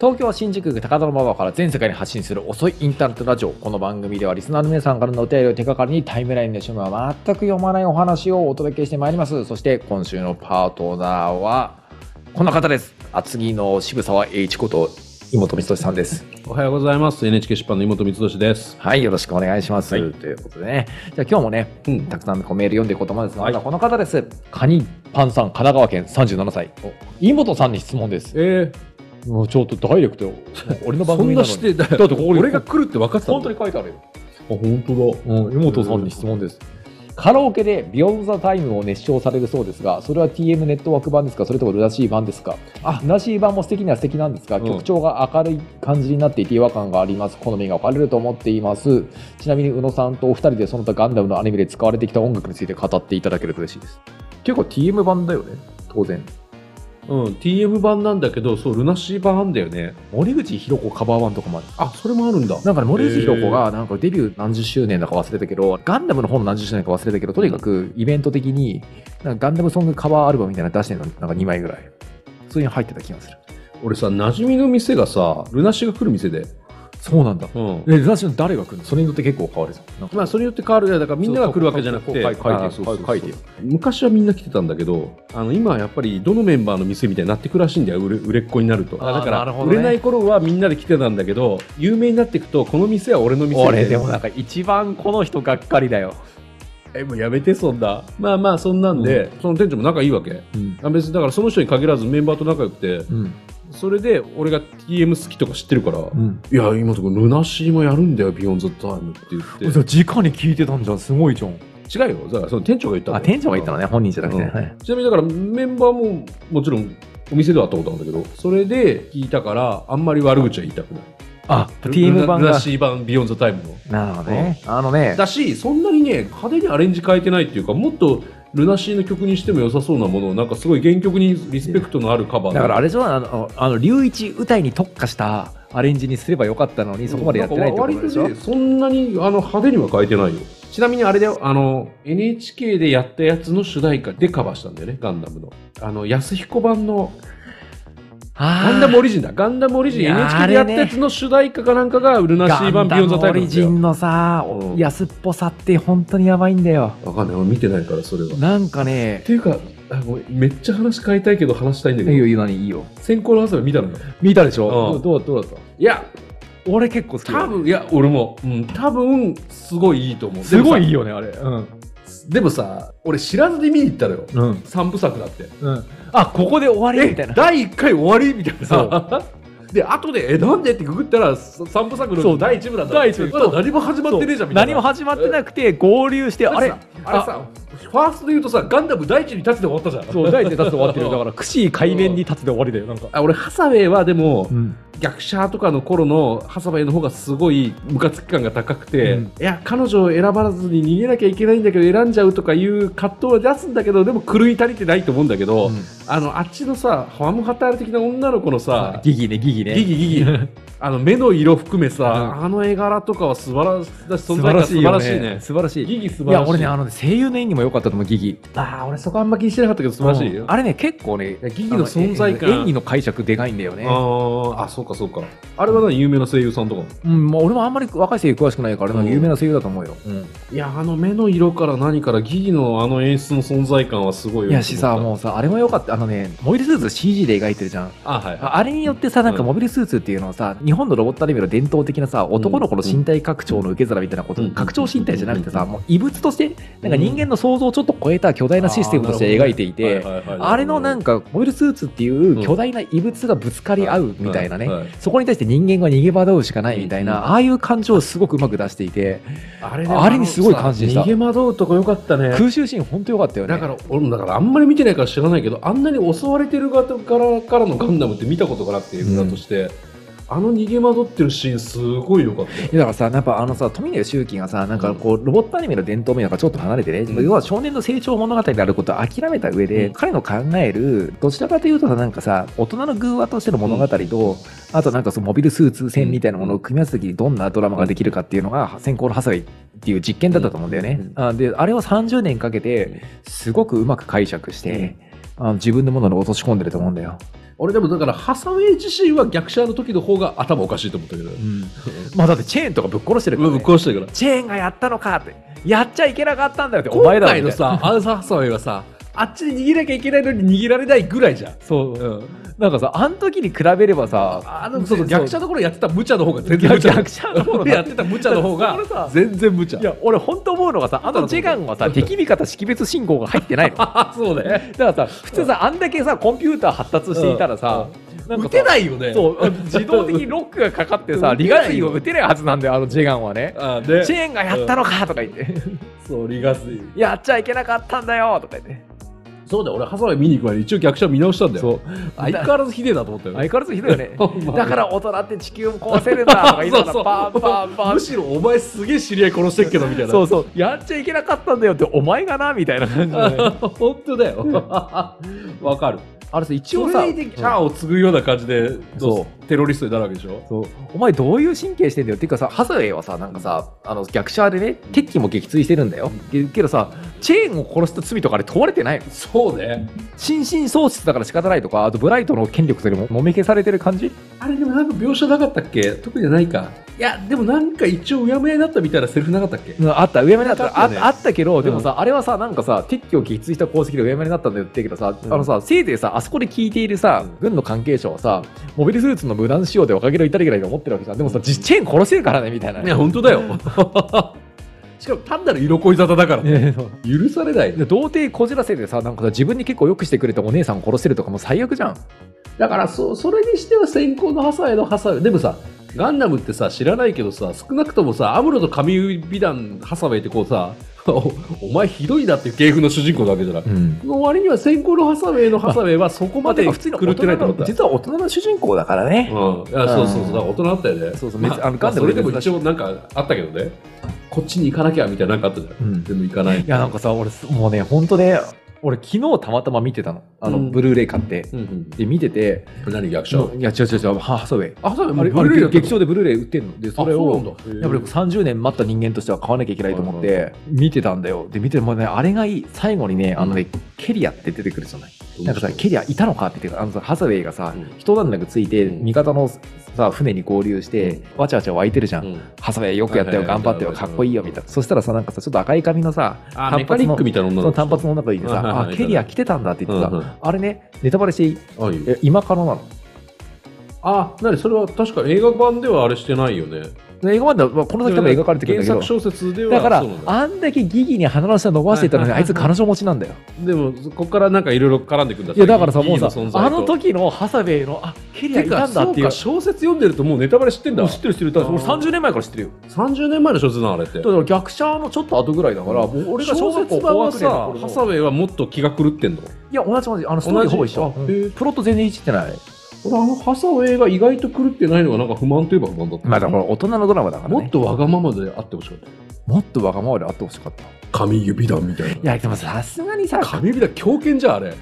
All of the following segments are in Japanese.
東京新宿区高田馬場から全世界に発信する遅いインターネットラジオこの番組ではリスナーの皆さんからのお便りを手がかりにタイムラインの趣味は全く読まないお話をお届けしてまいりますそして今週のパートナーはこの方です厚木の渋沢栄一こと妹光俊さんですおはようございます NHK 出版の妹光俊ですはいよろしくお願いします、はいということでねじゃあ今日もねうんたくさんこうメール読んでいこうと思うんですが、はいまずはこの方ですカニパンさん神奈川県37歳妹さんに質問ですえー、もうちょっとダイレクトよ俺の番そん組ななのにしてだだってここに俺が来るって分かってた本当にに書いてあるよあ本当だうん、妹さんに質問です。カラオケでビヨンザタイムを熱唱されるそうですが、それは TM ネットワーク版ですか、それともルナシー版ですか。あルナシー版も素敵には素敵なんですが、うん曲調が明るい感じになっていて違和感があります。好みが分かれると思っています。ちなみに宇野さんとお二人でその他ガンダムのアニメで使われてきた音楽について語っていただけると嬉しいです。結構 TM 版だよね、当然。うん TM 版なんだけどそうルナシー版あんだよね森口博子カバー版とかもある。あそれもあるんだなんかね、森内弘子がなんかデビュー何十周年だか忘れたけど、ガンダムの本の何十周年か忘れたけど、とにかくイベント的に、なんかガンダムソングカバーアルバムみたいなの出してるの、なんか2枚ぐらい。そういうの入ってた気がする。俺さ馴染みの店がさルナシーが来る店でそうなんだ。うんえ、雑誌の誰が来るのそれによって結構変わるじゃん。なんかまあそれによって変わるだからみんなが来るわけじゃなくてそうそう書いてあそうそうそう書いてよ昔はみんな来てたんだけどあの今はやっぱりどのメンバーの店みたいになってくらしいんだよ売れ売れっ子になるとあーだかなるらほど売ねれない頃はみんなで来てたんだけど有名になっていくとこの店は俺の店俺、みたでいなもなんか一番この人がっかりだよ。えもうやめてそんなまあまあそんなんで、その店長も仲いいわけうん。あ別にだからその人に限らずメンバーと仲良くてうん。それで俺が TM 好きとか知ってるから、いん。や今のとこルナシーもやるんだよビヨンズタイムって言って直に聞いてたんじゃん。すごいじゃん。違うよだからその店長が言ったんだあ、よ店長が言ったのね、本人じゃなくて。うんはいちなみにだからメンバーももちろんお店では会ったことあるんだけどそれで聞いたからあんまり悪口は言いたくないあ、ル TM 版ルナが。シー版ビヨンドタイムのなるほどね。あのね、だしそんなにね派手にアレンジ変えてないっていうかもっとルナシーの曲にしても良さそうなものをなんかすごい原曲にリスペクトのあるカバーだからあれれじゃあの、あの、龍一歌いに特化したアレンジにすればよかったのに、そこまでやってないってことでしょ、割とねそんなにあの派手には変えてないよちなみにあれだよあの NHK でやったやつの主題歌でカバーしたんだよねガンダムのあの安彦版のガンダムオリジンだ。ガンダムオリジン、いやー NHK でやったやつの主題歌かなんかが、ウルナシー版ビヨンザタイオリムなんだジよ。ンのさ、うん安っぽさって本当にやばいんだよ。わかんない。俺見てないから、それは。っなんかね、ていうか、あごめんめっちゃ話変えたいけど、話したいんだいいけよ、ど、いいよ、何いいよ。先行の朝見たのよ。見たでしょ、うんどうどうどうだったいや、俺結構好き多分、いや、俺も、うん、多分、すごいいいと思う。すごいいいよ。よね、あれ。うん。でもさ、俺知らずに見に行ったのよ。うん。三部作だって。うん。あ、ここで終わりみたいな。第1回終わりみたいそなさ。 で、後で、え、なんでってググったら、さ三部作そのう第1部だった。第一部まだ何も始まってねえじゃん、みたいな。何も始まってなくて、合流して、ああれれあれさファーストで言うとさガンダム第一に立ってで終わったじゃんそう、第一で立つで終わってる。だから、くし海面に立つで終わりだよ、なんか。 あ俺ハサウェイはでも、ん。逆シャーとかの頃のハサウェイの方がすごいムカつき感が高くて、うんいや彼女を選ばずに逃げなきゃいけないんだけど選んじゃうとかいう葛藤は出すんだけどでも狂い足りてないと思うんだけうど、んあのあっちのさハムハタール的な女の子のさ、ギギね、ギギね。ギギギギあの目の色含めさ、うあの絵柄とかは素晴らしい存素在晴がらし素い晴よらしいねね。素晴らしい。ギギ素晴いらしいや、俺ね、あのね、声優の演技も良かったと思う、ギギ。ああ俺そこあんま気にしてなかったけど素晴らしいよ、あれね、結構ね、やギギの存在感あの演技の解釈でかいんだよね。あーあ、そうかそうか。あれは何有名な声優さんとかうん、まあ、俺もあんまり若い声優詳しくないから、あれなんかうん有名な声優だと思うよ。いや、あの目の色から何からギギのあの演出の存在感はすごいよいやしさ、う。もうさ、あれも良かった。あのね、モビルスーツ CG で描いてるじゃん。あ、はい、はい。あれによってさ、なんかうんモビルスーツっていうのはさ、日本のロボットアニメの伝統的なさ、男の子の身体拡張の受け皿みたいなこと、うん拡張身体じゃなくてさ、もう異物として、なんか人間の想像をちょっと超えた巨大なシステムとして描いていて、あれのなんかか、モビルスーツっていう巨大な異物がぶつかり合うみたいなね、はははそこに対して人間が逃げ惑うしかないみたいな、うんああいう感情をすごくうまく出していて、あれあれにすごい感心した逃げ惑うとこよかったね。空襲シーン、本当よかったよね。だから、俺、だからあんまり見てないから知らないけど、あんなに襲われてる側からからのガンダムって見たことがなくて、映うん画として。あの逃げ惑ってるシーン、すごい良かったよいやだからさ、やっぱあのさ、富永周樹がさ、なんかこう、ロボットアニメの伝統面からちょっと離れてね、うん要は少年の成長物語であることを諦めた上で、うん彼の考える、どちらかというとさ、なんかさ、大人の偶話としての物語と、あとなんかそのモビルスーツ戦みたいなものを組み合わせた時にどんなドラマができるかっていうのが、先行のハサウェイっていう実験だったと思うんだよねうん。あで、あれを30年かけて、すごくうまく解釈して、あの自分のものに落とし込んでると思うんだよ。俺でもだから、ハサウェイ自身は逆者の時の方が頭おかしいと思ったけど。まあだってチェーンとかぶっ殺してるから、ぶねっ壊してるから。チェーンがやったのかってやっちゃいけなかったんだよってお今前だろ回のみたいなさ、アンサーハサウェイはさ、あっちに逃げなきゃいけないのに逃げられないぐらいじゃん。そう、うん。なんかさあの時に比べればさあの、そそそううそうう、逆者の頃やってた無茶の方が全然無逆茶。逆者の方俺やってた無茶の方だってそれがさ全然無茶い。や俺本当思うのがさあのジェガンはさ敵味方識別信号が入って ないのだかあ、そうね。らさ普通さあんだけさコンピューター発達していたらさ、なん打かてさないよね。そう自動 的にロックがかかってさ打てないリガスイを打てないはずなんだよあのジェガンはねあねチェーンがやったのかとか言って、 そう、リガスイ。やっちゃいけなかったんだよとか言ってそうだよ、俺、ハサウェイ見に行く前に一応逆者見直したんだよ。相変わらずひでえなと思ったよ相ね。変わらずひどいよ ねほんまだから大人って地球も壊せるんだとか言い ながらそうそうパンパンパンむしろお前すげえ知り合い殺してっけどみたいな。そうそうやっちゃいけなかったんだよってお前がなみたいな感じで、 ね、 本当だよ。わかる。あれさ一一応応ささ、キャーを継ぐような感じで、そテロリストになるわけでしょ。そうお前どういう神経してんだよっていうかさハサウェイはさなんかさあの逆者でね敵機も撃墜してるんだよ、けけどさチェーンを殺した罪とかあれ問われてないのそうね。心神喪失だから仕方ないとかあとブライトの権力とでももみ消されてる感じあれでもなんか描写なかったっけ特にはないか。いや、でもなんか一応うやむやになったみたいなセリフなかったっけうんあった、上目になった、ああったよねあったけど、でもさ、あれはさ、なんかさ、撤去を撃墜した功績で上目になったんだよって言うけどさ、うんあのさ、せいぜいさ、あそこで聞いているさうん、軍の関係者はさ、モビルスーツの無断使用で若気の至りぐらいで思ってるわけじゃん。でもさ、実チェーン殺してるからね、みたいな。いや、本当だよ。 しかも単なる色恋沙汰だから。ねそう許されない。 で童貞こじらせてさ、なんかさ、自分に結構良くしてくれたお姉さんを殺せるとかもう最悪じゃん。だからそそれにしては先行のハサウェイのハサウェイでもさガンダムってさ知らないけどさ少なくともさアムロと神美団ハサウェイってこうさ おお前ひどいなっていう芸風の主人公だわけじゃない、の割には先行のハサウェイのハサウェイはそこまで狂ってないと思った、うん、実は大人の主人公だからね。いやそうそうそうだから大人だったよねそうそうま別あのガンダそムれででもも一応なんかあったけどねこっちに行かなきゃみたいななんかあったじゃん、うんでも行かないいや、なんかさ、俺、もうね、本当ね、俺、昨日たまたま見てたの。あの、うんブルーレイ買って。うんうんで、見てて、何役者いや違う違う違うハサウェイハサウェイあれブルーレイだったの劇場でブルーレイ売ってんのでそれあをそうなんだやっぱり30年待った人間としては買わなきゃいけないと思っはいはて見てたんだよで見てもうねあれがいい最後にねあのねケリアって出てくるじゃないなんかさケリアいたのかって言ってあのさハサウェイがさうん一段落ついてうん味方のさ船に合流してうわちゃわちゃ湧いてるじゃうんんハサウェイよくやったよはいはいは頑い張ってよかっこいいよみたいなそしたらさなんかさちょっと赤い髪のさあメカニックみたいなそ女のの子単発の中でいてはいはいさはいあケリア来てたんだって言ってうんうさあれねネタバレしていいあいいよえ今からなのあ、なにそれは確か映画版ではあれしてないよね。映画版では、まあ、この先多分描かれてくるん原だ作けど小説ではだからそうなんだあんだけギギに鼻の下伸ばしていったのにはあいいつ彼女持ちなんだよでも、ここからなんかいろいろ絡んでくんだいやだからさもうさギギ存在とあの時のハサウェイのあケリアていたか、んだそっうていうか、小説読んでるともうネタバレ知ってんだ。もう知ってる知ってるだから俺あー30年前から知ってるよ30年前の小説なのあれってだ。から逆者のちょっと後ぐらいだから、うんもう俺が小小学校説版高は学年さ、の頃ハサのウェイはもっと気が狂ってんのいや同じ同じあのストーリーほぼ一緒同じあうんへープロット全然いじってない俺、あのハサウェイが意外と狂ってないのがなんか不満といえば不満だった。まあだから大人のドラマだからねもっとわがままであってほしかった。もっとわがままであってほしかったい神指弾みたいな。やでもさすがに さ神指弾狂犬じゃんあれ。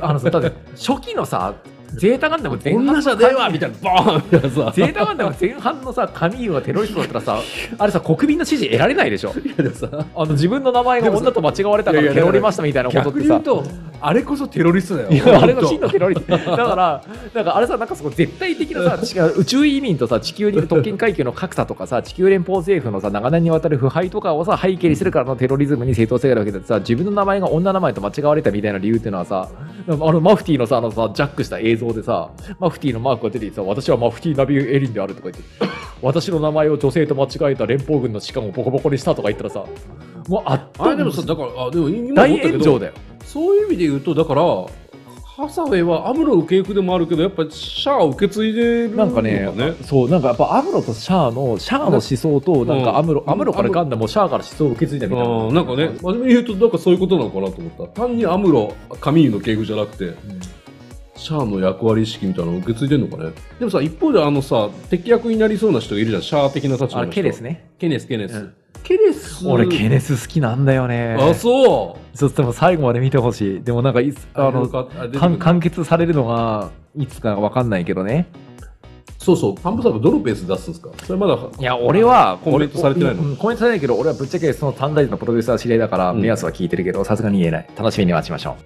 あのさだって初期のさゼータガンダム全半女じゃねえわみたいな、ボーンみたいなさ。ゼータガンダム前半のさ、神優がテロリストだったらさ、あれさ、国民の支持得られないでしょ。いやでもさあの自分の名前が女と間違われたかいらやいテやロりましたみたいなことっ逆てに言さう。とあれこそテロリストだよいやあれが真本当のテロリストだから、なんかあれさ、なんかそこ絶対的なさ、違う宇宙移民とさ、地球にいる特権階級の格差とかさ、地球連邦政府のさ、長年にわたる腐敗とかをさ、背景にするからのテロリズムに正当性があるわけでさ、自分の名前が女名前と間違われたみたいな理由っていうのはさ、あのマフティーのさ、あのさ、ジャックした映像でさ、マフティーのマークが出てきてさ、私はマフティーナビューエリンであるとか言って、私の名前を女性と間違えた連邦軍の士官をボコボコにしたとか言ったらさ、もうあっあれでもさだからあでも今思大ったけ炎ど上だよ。そういう意味で言うとだからハサウェイはアムロの系譜でもあるけどやっぱシャアを受け継いでるのなんかねそうなんかやっぱアムロとシャアのシャアの思想となんうかんアムロ、うんアムロからガンダムをシャアから思想を受け継いだみたいな、あなんかね真面目に言うとなんかそういうことなのかなと思った単にアムロカミーユの系譜じゃなくてシャアの役割意識みたいなのを受け継いでるのかねでもさ一方であのさ敵役になりそうな人がいるじゃんシャア的な立場の人あれケレスねケネスケネス、うんケネス俺ケネス好きなんだよねあそうちょっとでも最後まで見てほしいでもなんかいつあのかあ出てくかるん完結されるのがいつかわかんないけどねそうそう、カンプサーブどのペースで出すんですかそれまだ、いや俺はコメントされてないの俺うんコメントされないけど俺はぶっちゃけその短大のプロデューサー知り合いだからうん目安は聞いてるけどさすがに言えない楽しみに待ちましょう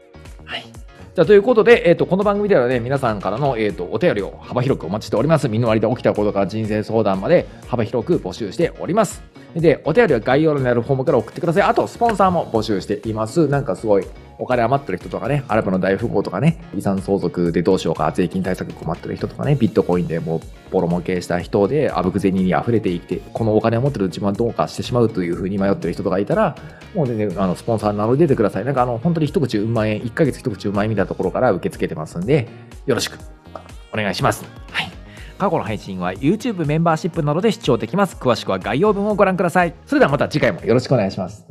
じゃあということで、えっとこの番組ではね皆さんからの、えっとお便りを幅広くお待ちしております身の回りで起きたことから人生相談まで幅広く募集しておりますでお便りは概要欄にあるフォームから送ってくださいあとスポンサーも募集していますなんかすごいお金余ってる人とかね、アラブの大富豪とかね、遺産相続でどうしようか、税金対策困ってる人とかね、ビットコインでもうボロ儲けした人で、あぶく銭に溢れていって、このお金を持ってる自分はどうかしてしまうというふうに迷ってる人とかいたら、もう全然あのスポンサーに名乗り出てください。なんかあの、本当に一口うん万円、1ヶ月一口うん万円みたいなところから受け付けてますんで、よろしくお願いします。はい。過去の配信は YouTube メンバーシップなどで視聴できます。詳しくは概要文をご覧ください。それではまた次回もよろしくお願いします。